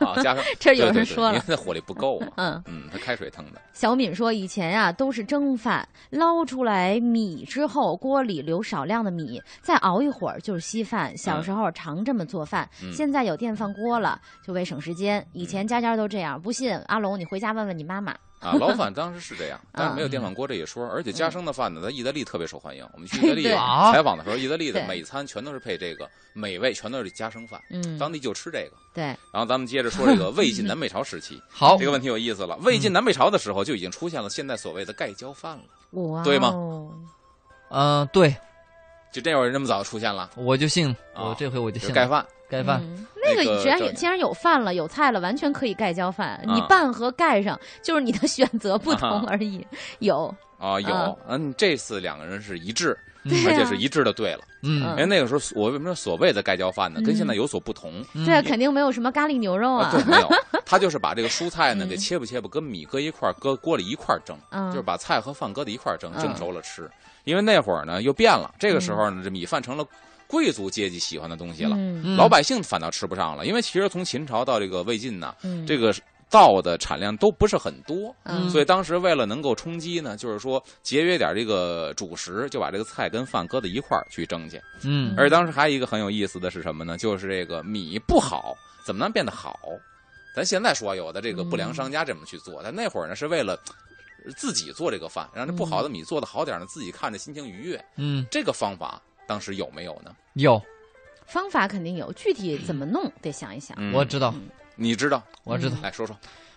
S3: 啊，加上
S2: <laughs> 这有人
S3: 对对对
S2: 说了
S3: 因为他火力不够
S2: <laughs>
S3: 啊。
S2: 嗯，
S3: 嗯，他开水腾的，
S2: 小敏说以前啊都是蒸饭，捞出来米之后，锅里留少量的米，再熬一会儿就是稀饭。小时候常这么做饭，
S3: 嗯
S2: 现在有电饭锅了，就为省时间。以前家家都这样，不信阿龙你回家问问你妈妈。
S3: 啊，捞饭当时是这
S2: <laughs> 啊
S3: 样，但是没有电饭锅这一说，而且家生的饭呢，在意大利特别受欢迎。我们去意大利
S2: 嗯对
S1: 啊
S3: 采访的时候，意大利的
S2: 对
S3: 每餐全都是配这个美味，全都是家生饭，
S2: 嗯，
S3: 当地就吃这个。
S2: 对，
S3: 然后咱们接着说这个魏晋南北朝
S2: <laughs>
S3: 时期，
S1: 好，
S2: 哦
S3: 这个问题有意思了。魏
S2: 嗯
S3: 晋南北朝的时候就已经出现了现在所谓的盖浇饭了，
S2: 哇、哦，
S3: 对吗
S1: 嗯、对，
S3: 就这有人这么早就出现了，
S1: 我就信，
S3: 啊
S1: 我这回我就
S3: 就
S1: 信了
S3: 是盖饭。
S1: 盖饭。
S2: 嗯
S3: 那
S2: 那个
S3: 个
S2: 既然
S3: 赵
S2: 有
S3: 姐
S2: 既然有饭了，有菜了，完全可以盖浇饭。你
S3: 啊
S2: 拌和盖上就是你的选择不同
S3: 啊
S2: 而已。有，
S3: 啊，有
S2: 嗯，
S3: 嗯，这次两个人是一致，
S1: 嗯
S3: 而
S2: 对
S3: 且
S2: 啊
S3: 是，一致的对了。
S1: 嗯
S3: 因为哎那个时候，我为什么说所谓的盖浇饭呢？跟现在有所不同。
S1: 嗯
S2: 对，肯定没有什么咖喱牛肉
S3: 啊，
S2: 啊
S3: 对，。没有，他就是把这个蔬菜呢
S2: 嗯
S3: 给切吧切吧，跟米搁一块儿，搁锅里一块儿蒸，
S2: 嗯，
S3: 就是把菜和饭搁在一块儿蒸，
S2: 嗯
S3: 蒸熟了吃。因为那会儿呢又变了，这个时候呢这米饭成了贵族阶级喜欢的东西了，
S2: 嗯
S1: 嗯
S3: 老百姓反倒吃不上了。因为其实从秦朝到这个魏晋呢，
S2: 嗯，
S3: 这个稻的产量都不是很多。
S2: 嗯
S3: 所以当时为了能够充饥呢，就是说节约点这个主食，就把这个菜跟饭搁在一块儿去蒸去。
S1: 嗯
S3: 而且当时还有一个很有意思的是什么呢？就是这个米不好，怎么能变得好？咱现在说啊有的这个不良商家这么去做，但那会儿呢是为了呃自己做这个饭，让这不好的米做的好点儿呢，自己看着心情愉悦。
S1: 嗯
S3: 这个方法当时有没有呢？
S1: 有，
S2: 方法肯定有，具体怎么弄得想一想。
S3: 嗯
S1: 我知道，
S3: 你知道，
S1: 我知道，
S3: 来说说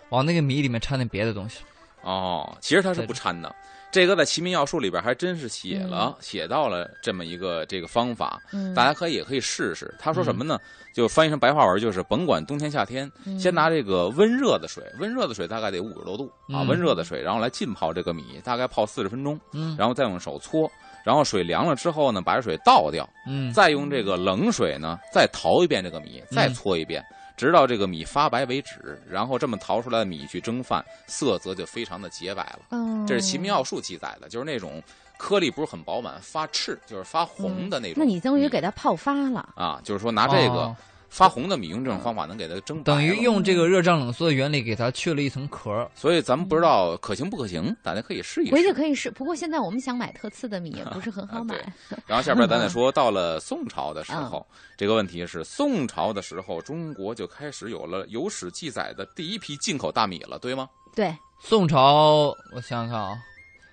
S1: 往那个米里面掺点别的东西。
S3: 哦。其实它是不掺的，这个在《齐民要术》里边还真是写了，写到了这么一个这个方法。
S2: 嗯，
S3: 大家可以也可以试试。他说什么呢？就翻译成白话文就是，甭管冬天夏天，
S1: 嗯
S2: 嗯
S3: 先拿这个温热的水，温热的水大概得五十多度啊，
S1: 嗯
S3: 温热的水，然后来浸泡这个米，大概泡四十分钟，
S1: 嗯
S3: 然后再用手搓，然后水凉了之后呢，把这水倒掉，
S1: 嗯
S3: 再用这个冷水呢再淘一遍这个米，再搓一遍，直到这个米发白为止。然后这么淘出来的米去蒸饭，色泽就非常的洁白了。
S1: 哦
S2: 嗯，
S3: 这是《齐民要术》记载的，就是那种颗粒不是很饱满，发赤，就是发
S1: 嗯
S3: 红的那种。
S2: 嗯那你等于给它泡发了，
S3: 啊，就是说拿这个
S1: 哦
S3: 发红的米用这种方法能给它蒸白了
S1: 等于用这个热胀冷缩的原理给它去了一层壳儿。
S3: 所以咱们不知道可行不可行，大家可以试一
S2: 回去
S3: 试。
S2: 嗯可以试。不过现在我们想买特次的米也不是很好买
S3: 啊。然后下边咱再说，到了宋朝的时候，
S2: 嗯
S3: 这个问题是宋朝的时候，中国就开始有了有史记载的第一批进口大米了，对吗？
S2: 对，
S1: 宋朝，我想想看啊，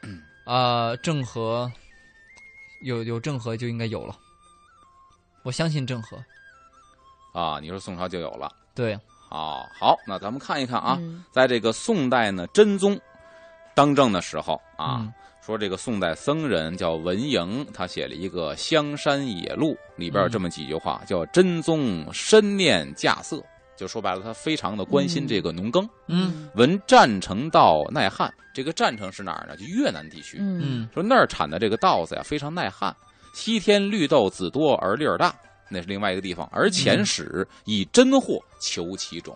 S3: 嗯
S1: 啊、郑和有有郑和就应该有了，我相信郑和。
S3: 啊，你说宋朝就有了。
S1: 对，
S3: 啊，好，那咱们看一看啊，
S2: 嗯
S3: 在这个宋代呢，真宗当政的时候啊，
S1: 嗯
S3: 说这个宋代僧人叫文莹，他写了一个《香山野录》，里边有这么几句话，叫“真宗深念稼穑”，就说白了，他非常的关心这个农耕。
S1: 嗯
S3: 闻占城稻耐旱，这个占城是哪儿呢？就越南地区。
S2: 嗯
S1: 嗯
S3: 说那儿产的这个稻子呀，非常耐旱。西天绿豆子多而粒儿大，那是另外一个地方。而遣使以真货求其种，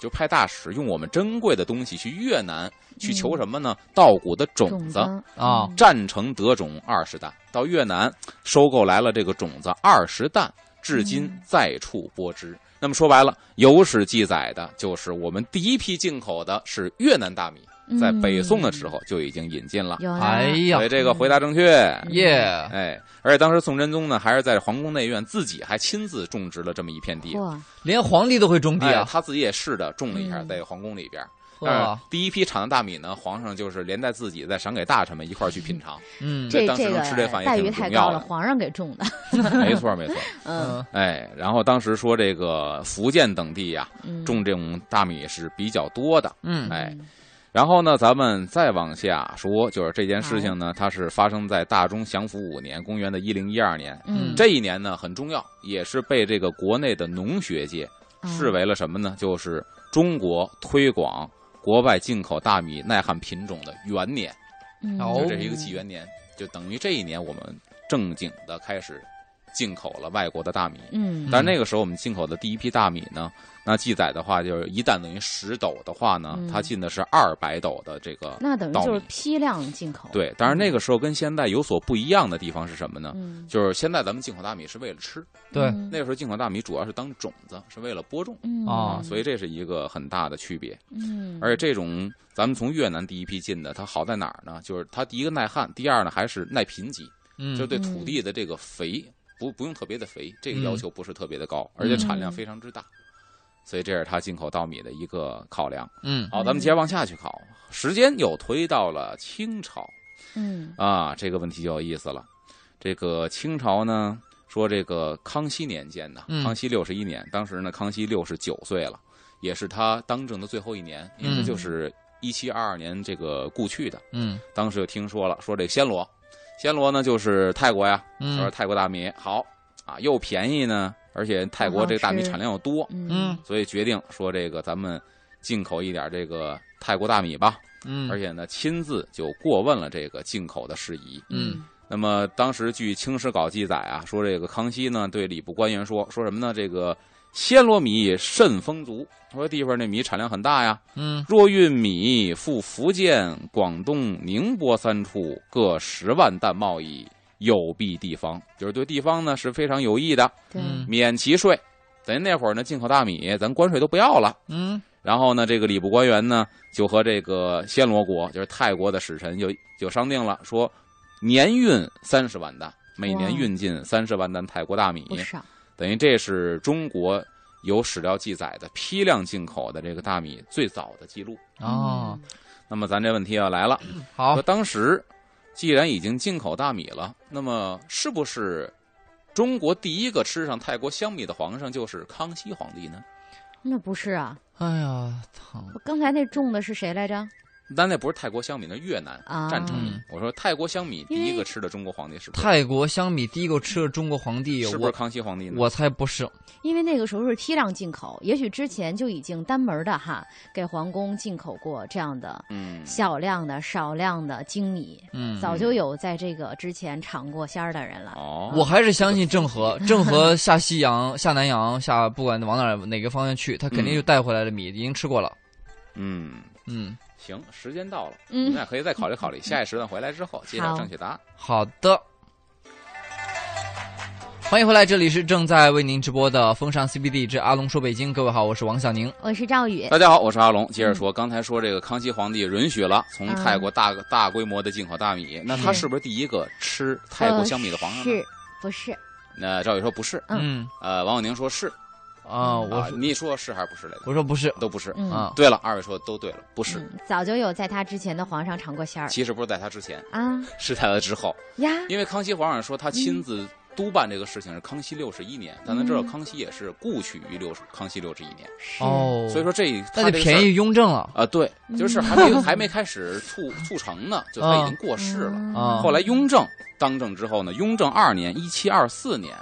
S3: 就派大使用我们珍贵的东西去越南去求什么呢？稻谷的嗯种子。
S2: 子
S1: 啊
S2: 嗯
S3: 占城得种二十担，到越南收购来了这个种子二十担，至今
S2: 嗯
S3: 在处播之。那么说白了，有史记载的就是我们第一批进口的是越南大米，在北宋的时候啊就已经引进了。
S2: 嗯有嗯
S1: 哎
S2: 啦
S1: 呀
S3: 所以，这个回答正确，
S1: 耶、
S3: 哎，而且当时宋真宗呢，还是在皇宫内院自己还亲自种植了这么一片地，
S2: 嚯，
S1: 连皇帝都会种地
S3: 哎，哎
S1: 啊！
S3: 他自己也试着种了一下，
S2: 嗯
S3: 在皇宫里边。
S1: 呵
S3: 但是第一批产的大米呢，皇上就是连带自己再赏给大臣们一块儿去
S2: <laughs>
S3: 品尝。
S1: 嗯
S2: 这
S3: 当时
S2: 这个
S3: 能吃这饭也
S2: 待
S3: 挺
S2: 遇太
S3: 重要
S2: 高了，
S3: 的
S2: 皇上给种的。
S3: 没错，没错。
S2: 嗯
S3: 哎，然后当时说这个福建等地呀、
S2: 嗯，
S3: 种这种大米是比较多的。
S1: 嗯
S3: 哎，然后呢，咱们再往下说，就是这件事情呢，它是发生在大中祥符五年，公元的一零一二年。
S2: 嗯，
S3: 这一年呢很重要，也是被这个国内的农学界
S2: 啊嗯
S3: 视为了什么呢？就是中国推广国外进口大米耐旱品种的元年，
S2: 嗯
S1: 哦
S3: 就这是一个纪元年，就等于这一年我们正经的开始进口了外国的大米。
S2: 嗯，
S3: 但那个时候我们进口的第一批大米呢，那记载的话就是一担等于十斗的话呢，
S2: 嗯
S3: 它进的是二百斗的这个。
S2: 那等于就
S3: 稻
S2: 是
S3: 米
S2: 批量进口。，
S3: 对，但是那个时候跟现在有所不一样的地方是什么呢？
S2: 嗯，
S3: 就是现在咱们进口大米是为了吃，
S1: 对，
S2: 嗯
S3: 那时候进口大米主要是当种子，是为了播种
S2: 嗯
S1: 啊
S3: 所以这是一个很大的区别。
S2: 嗯，
S3: 而且这种咱们从越南第一批进的，它好在哪儿呢？就是它第一个耐旱，第二呢还是耐贫瘠，
S1: 嗯
S3: 就是对
S2: 嗯
S3: 土地的这个肥不不用特别的肥，这个
S1: 嗯
S3: 要求不是特别的高，而且产量非常之大，所以这是它进口稻米的一个考量。
S1: 嗯
S3: 好，咱们接着往下去考，时间又推到了清朝
S2: 嗯
S3: 啊，这个问题就有意思了。这个清朝呢，说这个康熙年间呢，
S1: 嗯
S3: 康熙六十一年，当时呢康熙六十九岁了，也是他当政的最后一年，因为这
S1: 嗯
S3: 就是一七二二年这个故去的。
S1: 嗯
S3: 当时就听说了，说这暹罗，暹罗呢就是泰国呀，他说
S1: 嗯
S3: 泰国大米好啊，又便宜呢，而且泰国这个大米产量又多，
S2: 嗯
S1: 嗯
S3: 所以决定说这个咱们进口一点这个泰国大米吧，
S1: 嗯，
S3: 而且呢亲自就过问了这个进口的事宜。
S1: 嗯
S3: 那么当时据《清史稿》记载啊，说这个康熙呢对礼部官员说，说什么呢？这个暹罗米甚丰足，说地方那米产量很大呀，
S1: 嗯
S3: 若运米赴福建、广东、宁波三处各十万担贸易，有弊地方，就是对地方呢是非常有益的，
S2: 对，
S1: 嗯
S3: 免其税。咱那会儿呢，进口大米，咱关税都不要了。
S1: 嗯
S3: 然后呢，这个礼部官员呢，就和这个暹罗国，就是泰国的使臣就就商定了，说年运三十万担，每年
S2: 哇
S3: 运进三十万担泰国大米，
S2: 不少，
S3: 等于这是中国有史料记载的批量进口的这个大米最早的记录。
S1: 哦，
S2: 嗯
S3: 那么咱这问题要来了，
S1: 好
S3: 说，当时既然已经进口大米了，那么是不是中国第一个吃上泰国香米的皇上就是康熙皇帝呢？
S2: 那不是啊？
S1: 哎呀，操，
S2: 刚才那种的是谁来着？
S3: 但那不是泰国香米，那越南
S2: 啊
S3: 战场米
S1: 嗯。
S3: 我说泰国香米第
S2: 因为
S3: 一个吃的中国皇帝是不是
S1: 泰国香米第一个吃的中国皇帝，
S3: 是不是
S1: 我
S3: 康熙皇帝呢？
S1: 我猜不是，
S2: 因为那个时候是批量进口，也许之前就已经单门的哈给皇宫进口过这样的
S3: 嗯，
S2: 小量的、少量的精米，
S1: 嗯，
S2: 早就有在这个之前尝过鲜儿的人了。
S3: 哦，
S1: 我还是相信郑和，郑和下西洋、 <laughs> 下南洋、下不管往哪儿哪个方向去，他肯定就带回来的米已经吃过了。
S3: 嗯，
S1: 嗯，
S3: 行，时间到了，你们
S2: 嗯，
S3: 俩可以再考虑考虑。下一时段回来之后揭晓
S2: 好
S3: 正确答案。
S1: 好的。欢迎回来，这里是正在为您直播的风尚 CBD 之阿龙说北京。各位好，我是王小宁。
S2: 我是赵宇，
S3: 大家好，我是阿龙。接着
S2: 嗯
S3: 说，刚才说这个康熙皇帝允许了从泰国大大规模的进口大米，那他
S1: 是
S3: 是不是第一个吃泰国香米的皇上呢？
S2: 呃是不是？
S3: 那赵宇说不是，
S1: 嗯
S3: 呃，王永宁说是
S1: 啊，我
S3: 啊
S1: 说，
S3: 你说是还是不是来着？
S1: 我说不是
S3: 都不是。
S2: 嗯，
S1: 啊，
S3: 对了，二位说的都对了，不是。
S2: 嗯早就有在他之前的皇上尝过鲜
S1: 嗯
S2: 儿
S3: 其实不是在他之前， <laughs>
S2: 啊
S3: 是在他之后，
S2: 呀，
S3: 因为康熙皇上说他亲自督办这个事情是康熙六十一年，但咱知
S2: 嗯
S3: 道康熙也是故去于六十康熙六十一年，
S2: 是
S1: 哦，
S3: 所以说这
S1: 那就便宜雍正了
S3: 啊、对，就是还没还没开始促促成呢，就他已经过世
S2: 嗯
S3: 了。
S1: 啊
S3: 后来雍正当政之后呢，雍正二年（一七二四年），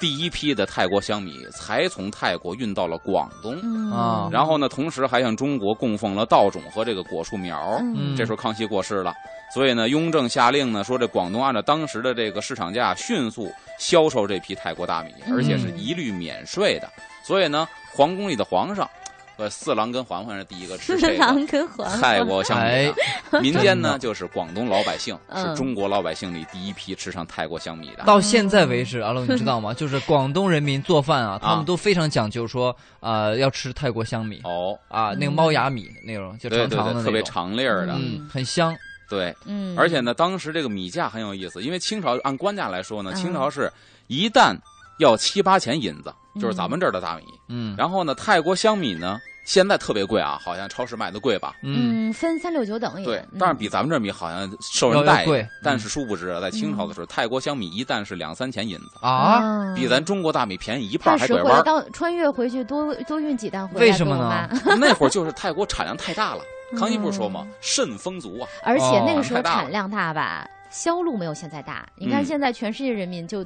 S3: 第一批的泰国香米才从泰国运到了广东，
S2: 嗯
S1: 啊
S3: 然后呢，同时还向中国供奉了稻种和这个果树苗。
S2: 嗯
S1: 嗯
S3: 这时候康熙过世了，所以呢，雍正下令呢，说这广东按照当时的这个市场价迅速销售这批泰国大米，而且是一律免税的。所以呢，皇宫里的皇上，呃，四郎跟嬛嬛是第一个吃这个
S2: 狼跟黄
S3: 泰国香米的。民间
S1: 哎真
S3: 呢，
S1: 的
S3: 就是广东老百姓，
S2: 嗯
S3: 是中国老百姓里第一批吃上泰国香米的。
S1: 到现在为止，阿龙你知道吗？就是广东人民做饭啊，他
S3: 啊
S1: 们都非常讲究说，啊要吃泰国香米
S3: 哦，
S1: 啊，那个猫牙米那种，就
S3: 对
S1: 长
S3: 对
S1: 长的
S3: 对，特
S1: 那
S3: 别
S1: 种，
S3: 长粒儿的，
S1: 嗯，很香。
S3: 对。
S2: 嗯，
S3: 而且呢，当时这个米价很有意思，因为清朝按官价来说呢，
S2: 嗯
S3: 清朝是一担要七八钱银子，就是
S2: 嗯
S3: 咱们这儿的大米。
S1: 嗯
S3: 然后呢，泰国香米呢，现在特别贵啊，好像超市卖的贵吧？
S1: 嗯，
S2: 嗯分三六九等也
S3: 对
S2: 嗯，
S3: 但是比咱们这米好像受人
S1: 要
S3: 待
S1: 要贵嗯
S3: 见。但是殊不知啊，在清朝的时候，泰国香米一担是两三钱银子，
S1: 啊，
S2: 嗯
S3: 比咱中国大米便宜一半
S2: 太
S3: 儿还
S2: 实
S3: 拐
S2: 惠
S3: 弯
S2: 了，
S3: 儿。
S2: 到穿越回去多多运几担回来
S1: 为什么
S2: 给我
S1: 呢
S2: 妈？
S3: <laughs> 那会儿就是泰国产量太大了，康熙不是说吗
S2: 嗯？
S3: 肾丰足啊，
S2: 而且那个时候
S3: 哦太大了
S2: 产量大吧，销路没有现在大。你看
S3: 嗯
S2: 现在全世界人民就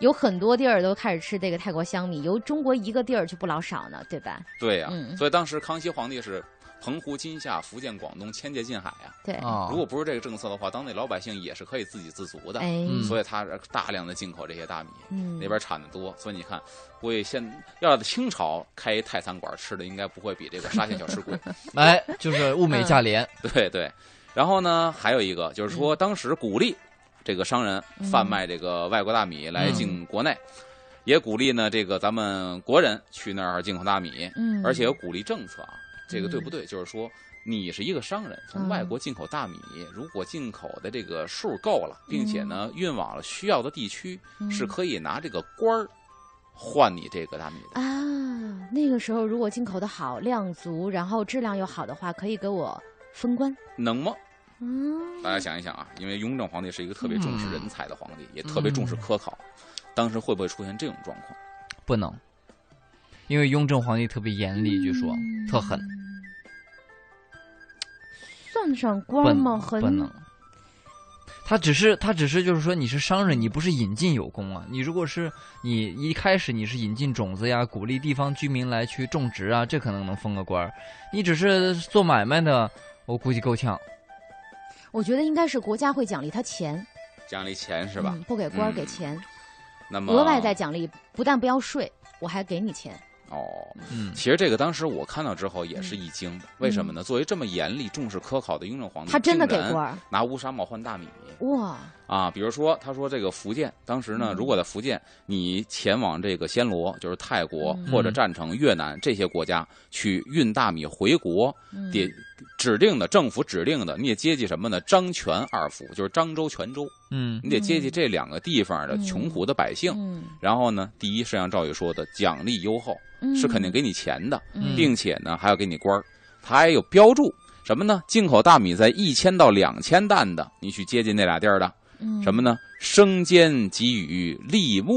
S2: 有很多地儿都开始吃这个泰国香米，由中国一个地儿就不老少呢，对吧？
S3: 对呀、
S2: 嗯
S3: 所以当时康熙皇帝是澎湖、金夏、福建、广东千界近海啊。
S2: 对，
S1: 啊，
S3: 如果不是这个政策的话，当地老百姓也是可以自给自足的，
S2: 哎，
S1: 嗯
S3: 所以他大量的进口这些大米。
S2: 嗯，
S3: 那边产的多，所以你看，估计现要在清朝开一泰餐馆吃的，应该不会比这个沙县小吃贵。
S1: 哎，就是物美价廉，
S3: <laughs> 对对，然后呢，还有一个就
S2: 嗯
S3: 是说，当时鼓励这个商人贩卖这个外国大米
S2: 嗯
S3: 来进国内，也鼓励呢这个咱们国人去那儿进口大米，
S2: 嗯，
S3: 而且有鼓励政策啊。这个对
S2: 嗯
S3: 不对？就是说，你是一个商人，从外国进口大米，如果进口的这个数够了，并且呢
S2: 嗯
S3: 运往了需要的地区，是可以拿这个官儿换你这个大米的。
S2: 啊，那个时候如果进口的好，量足，然后质量又好的话，可以给我封官。
S3: 能吗？
S2: 嗯，
S3: 大家想一想啊，因为雍正皇帝是一个特别重视人才的皇帝，也特别重
S2: 嗯
S3: 视科考，当时会不会出现这种状况？
S1: 不能，因为雍正皇帝特别严厉，据说
S2: 嗯
S1: 特狠，
S2: 算上
S1: 不
S2: 官吗？
S1: 能
S2: 很
S1: 不能。他只是他只是就是说你是商人，你不是引进有功啊。你如果是你一开始你是引进种子呀，鼓励地方居民来去种植啊，这可能能封个官儿。你只是做买卖的，我估计够呛。
S2: 我觉得应该是国家会奖励他钱，
S3: 奖励钱是吧？
S2: 嗯不给官儿，给
S3: 嗯
S2: 钱，
S3: 那么
S2: 额外再奖励，不但不要税，我还给你钱。
S3: 哦。
S1: 嗯，
S3: 其实这个当时我看到之后
S2: 嗯
S3: 也是一惊，为什么呢？作为这么严厉重视科考的雍正皇帝，
S2: 他真的给
S3: 嗯竟然
S2: 官儿，
S3: 拿乌纱帽换大米
S2: 哇，
S3: 啊！比如说，他说这个福建当时呢，
S2: 嗯
S3: 如果在福建你前往这个暹罗，就是泰国
S2: 嗯
S3: 或者占城越南这些国家去运大米回国，
S2: 嗯
S3: 得指定的政府指定的，你得接济什么呢？张泉二府，就是漳州、泉州，
S1: 嗯
S3: 你得接济这两个地方的
S2: 嗯
S3: 穷苦的百姓。
S2: 嗯
S3: 然后呢，第一是像赵宇说的，奖励优厚，
S2: 嗯
S3: 是肯定给你钱的，
S2: 嗯
S3: 并且呢还要给你官儿，他还有标注什么呢？进口大米在一千到两千担的，你去接近那俩地儿的
S2: 嗯
S3: 什么呢？生煎给予立木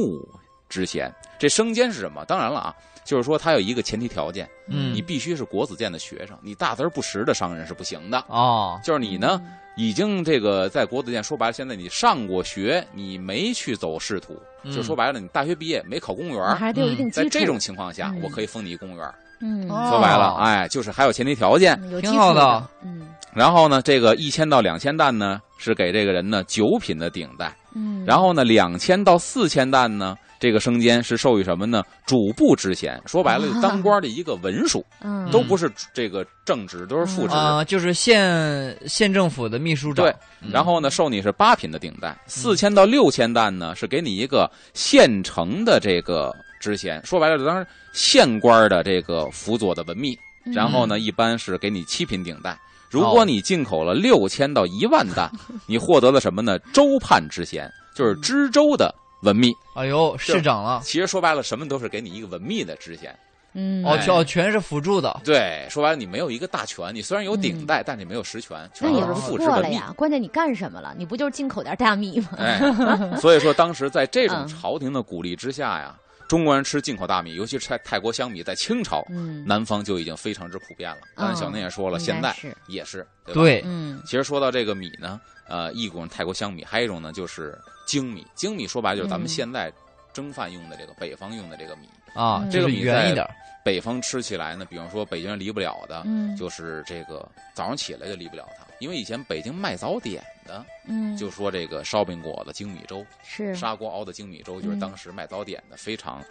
S3: 之嫌。这生煎是什么？当然了啊，就是说它有一个前提条件，
S1: 嗯
S3: 你必须是国子监的学生，你大字儿不识的商人是不行的。
S1: 哦，
S3: 就是你呢，
S2: 嗯
S3: 已经这个在国子监，说白了，现在你上过学，你没去走仕途，
S1: 嗯
S3: 就说白了，你大学毕业没考公务员
S2: 你
S3: 儿，嗯
S2: 还得有一定基
S3: 在
S2: 础。
S3: 这种情况下，
S2: 嗯
S3: 我可以封你一公务员儿。
S2: 嗯，
S1: 哦
S3: 说白了，哎，就是还有前提条件。
S2: 嗯有
S1: 挺
S2: 基础
S1: 好的
S2: 的，嗯
S3: 然后呢，这个一千到两千担呢，是给这个人呢九品的顶戴。
S2: 嗯，
S3: 然后呢，两千到四千担呢，这个升迁是授予什么呢？主簿之衔，说白了，就当官的一个文书，
S2: 啊嗯哦
S3: 都不是这个正职，都是副职。
S1: 啊、就是县县政府的秘书长，
S3: 对
S1: 嗯
S3: 然后呢，授你是八品的顶戴，四千到六千担呢，是给你一个县城的这个职衔，说白了，当然县官的这个辅佐的文秘。
S2: 嗯
S3: 然后呢，一般是给你七品顶
S2: 哦
S3: 戴。如果你进口了六千到一万
S2: <laughs>
S3: 担，你获得了什么呢？州判之衔，
S2: 嗯
S3: 就是知州的文秘。
S1: 哎呦，市长了，
S3: 其实说白了，什么都是给你一个文秘的职衔。
S2: 嗯
S1: 哦，
S3: 哎
S1: 全哦全是辅助的，
S3: 对，说白了，你没有一个大权，你虽然有顶戴，但是你没有实权，
S2: 嗯那
S3: 全
S2: 也
S3: 都是
S2: 不
S3: 副职
S2: 错
S3: 文
S2: 了
S3: 秘。
S2: 呀，关键你干什么了？你不就是进口点大米吗？ <laughs>
S3: 哎，所以说当时在这
S2: 嗯
S3: 种朝廷的鼓励之下呀，中国人吃进口大米，尤其是泰泰国香米，在清朝
S2: 嗯，
S3: 南方就已经非常之普遍了。当然，小宁也说了，
S2: 应
S3: 现
S2: 该
S3: 在哎
S2: 是
S3: 也是对吧？
S1: 对，
S2: 嗯
S3: 其实说到这个米呢，呃，一种泰国香米，还有一种呢就是精米。精米说白了就是咱
S2: 嗯
S3: 们现在蒸饭用的这个北方用的这个米。
S1: 啊
S2: 嗯，
S1: 就
S3: 这个
S1: 是
S3: 米
S1: 圆
S3: 在
S1: 一点儿，
S3: 北方吃起来呢，比方说北京人离不了的，
S2: 嗯，
S3: 啊就是这个早上起来就离不了它，因为以前北京卖早点的，
S2: 嗯
S3: 就说这个烧饼果子、精米粥、
S2: 是
S3: 砂锅熬的精米粥，就是
S2: 嗯
S3: 当时卖早点的非常，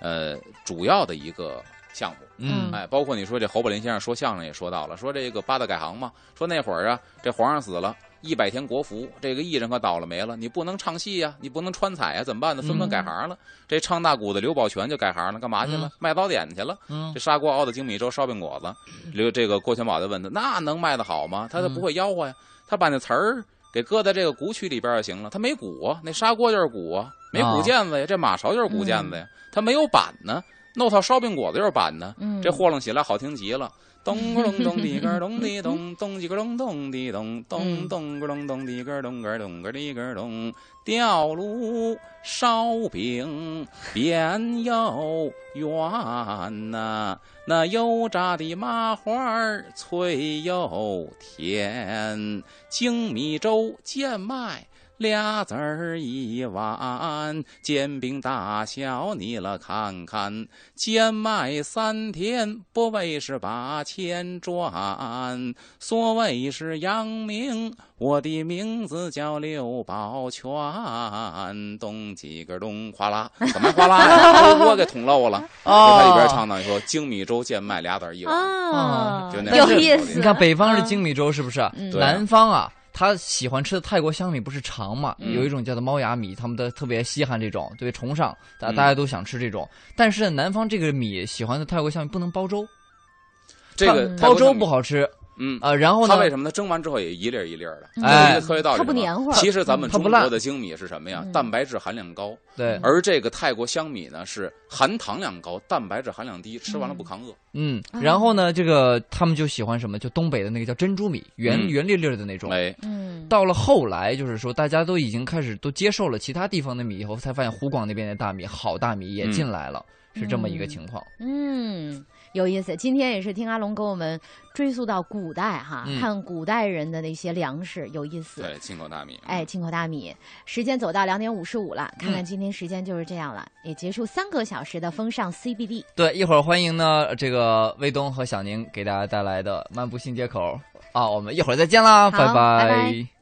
S3: 呃，主要的一个项目。
S1: 嗯
S2: 嗯
S3: 哎，包括你说这侯宝林先生说相声也说到了，说这个八大改行嘛，说那会儿啊，这皇上死了，一百天国服，这个艺人可倒了霉了，你不能唱戏呀、你不能穿彩呀、怎么办呢？纷
S2: 嗯
S3: 纷改行了。这唱大鼓的刘宝全就改行了，干嘛去了？
S1: 嗯
S3: 卖早点去了。
S1: 嗯
S3: 这砂锅熬的精米粥、烧饼果子，刘这个郭全宝就问他，那能卖得好吗？他就
S1: 嗯
S3: 不会吆喝呀，他把那词儿给搁在这个鼓曲里边就行了。他没鼓啊，那砂锅就是鼓啊，没
S1: 啊嗯
S3: 鼓毽子呀，这马勺就是鼓毽子呀，他没有板呢，弄套烧饼果子就是板呢。
S2: 嗯
S3: 这和弄起来好听极了。咚咕隆咚滴个儿咚
S2: <laughs>
S3: 滴咚，咚叽个隆咚滴咚，
S2: 嗯
S3: 咚咚咕隆咚滴个儿咚个儿咚个儿滴个儿咚，吊炉烧饼边又圆呐，那油炸的麻花儿脆又甜，精米粥贱卖。俩子儿一碗，煎饼大小你了看看，贱卖三天，不为是把钱赚，所谓是扬名。我的名字叫刘宝全，咚几个咚，哗啦，怎么还哗啦 <laughs> 呀？我给捅漏了。
S1: 哦，
S3: 它里边唱到说精米粥贱卖俩子儿一碗，
S2: 啊，
S3: 就那
S1: 样
S2: 有意思。
S1: 你看北方是
S2: 嗯
S1: 精米粥，是不是？
S2: 嗯
S3: 对
S1: 南方啊，他喜欢吃的泰国香米不是长嘛？
S3: 嗯
S1: 有一种叫做猫牙米，他们都特别稀罕这种，特别崇尚，大
S3: 嗯
S1: 大家都想吃这种。但是南方这个米喜欢的泰国香米不能煲粥，
S3: 这个
S1: 煲粥不
S3: 好。
S1: 好吃
S3: 嗯，
S1: 啊、呃然后
S3: 它
S1: 呢，
S3: 为什么它蒸完之后也一粒儿一粒儿的？
S1: 哎
S3: 有一个科学道理
S2: 嗯它不
S3: 是吧
S2: 黏糊儿
S3: 其实咱们
S1: 嗯它
S3: 中
S1: 不烂
S3: 国的精米是什么呀
S2: 嗯？
S3: 蛋白质含量高，
S1: 对，
S3: 而这个泰国香米呢是含糖量高，蛋白质含量低，吃完了不抗饿。
S1: 嗯，
S2: 啊
S1: 然后呢，这个他们就喜欢什么？就东北的那个叫珍珠米，圆、
S3: 嗯
S1: 圆粒粒的那种。
S3: 哎，
S2: 嗯，
S1: 到了后来，就是说大家都已经开始都接受了其他地方的米以后，才发现湖广那边的大米好大米也进来了，是这么一个情况。
S2: 嗯，有意思。今天也是听阿龙给我们追溯到古代哈，
S1: 嗯
S2: 看古代人的那些粮食，有意思。
S3: 对，进口大米。
S2: 哎，，进口大米，时间走到两点五十五了，看看今天时间就是这样了，也结束三个小时的风尚 CBD。
S1: 对，一会儿欢迎呢这个卫东和小宁给大家带来的漫步新街口啊，我们一会儿再见啦，
S2: 好
S1: 拜
S2: 拜拜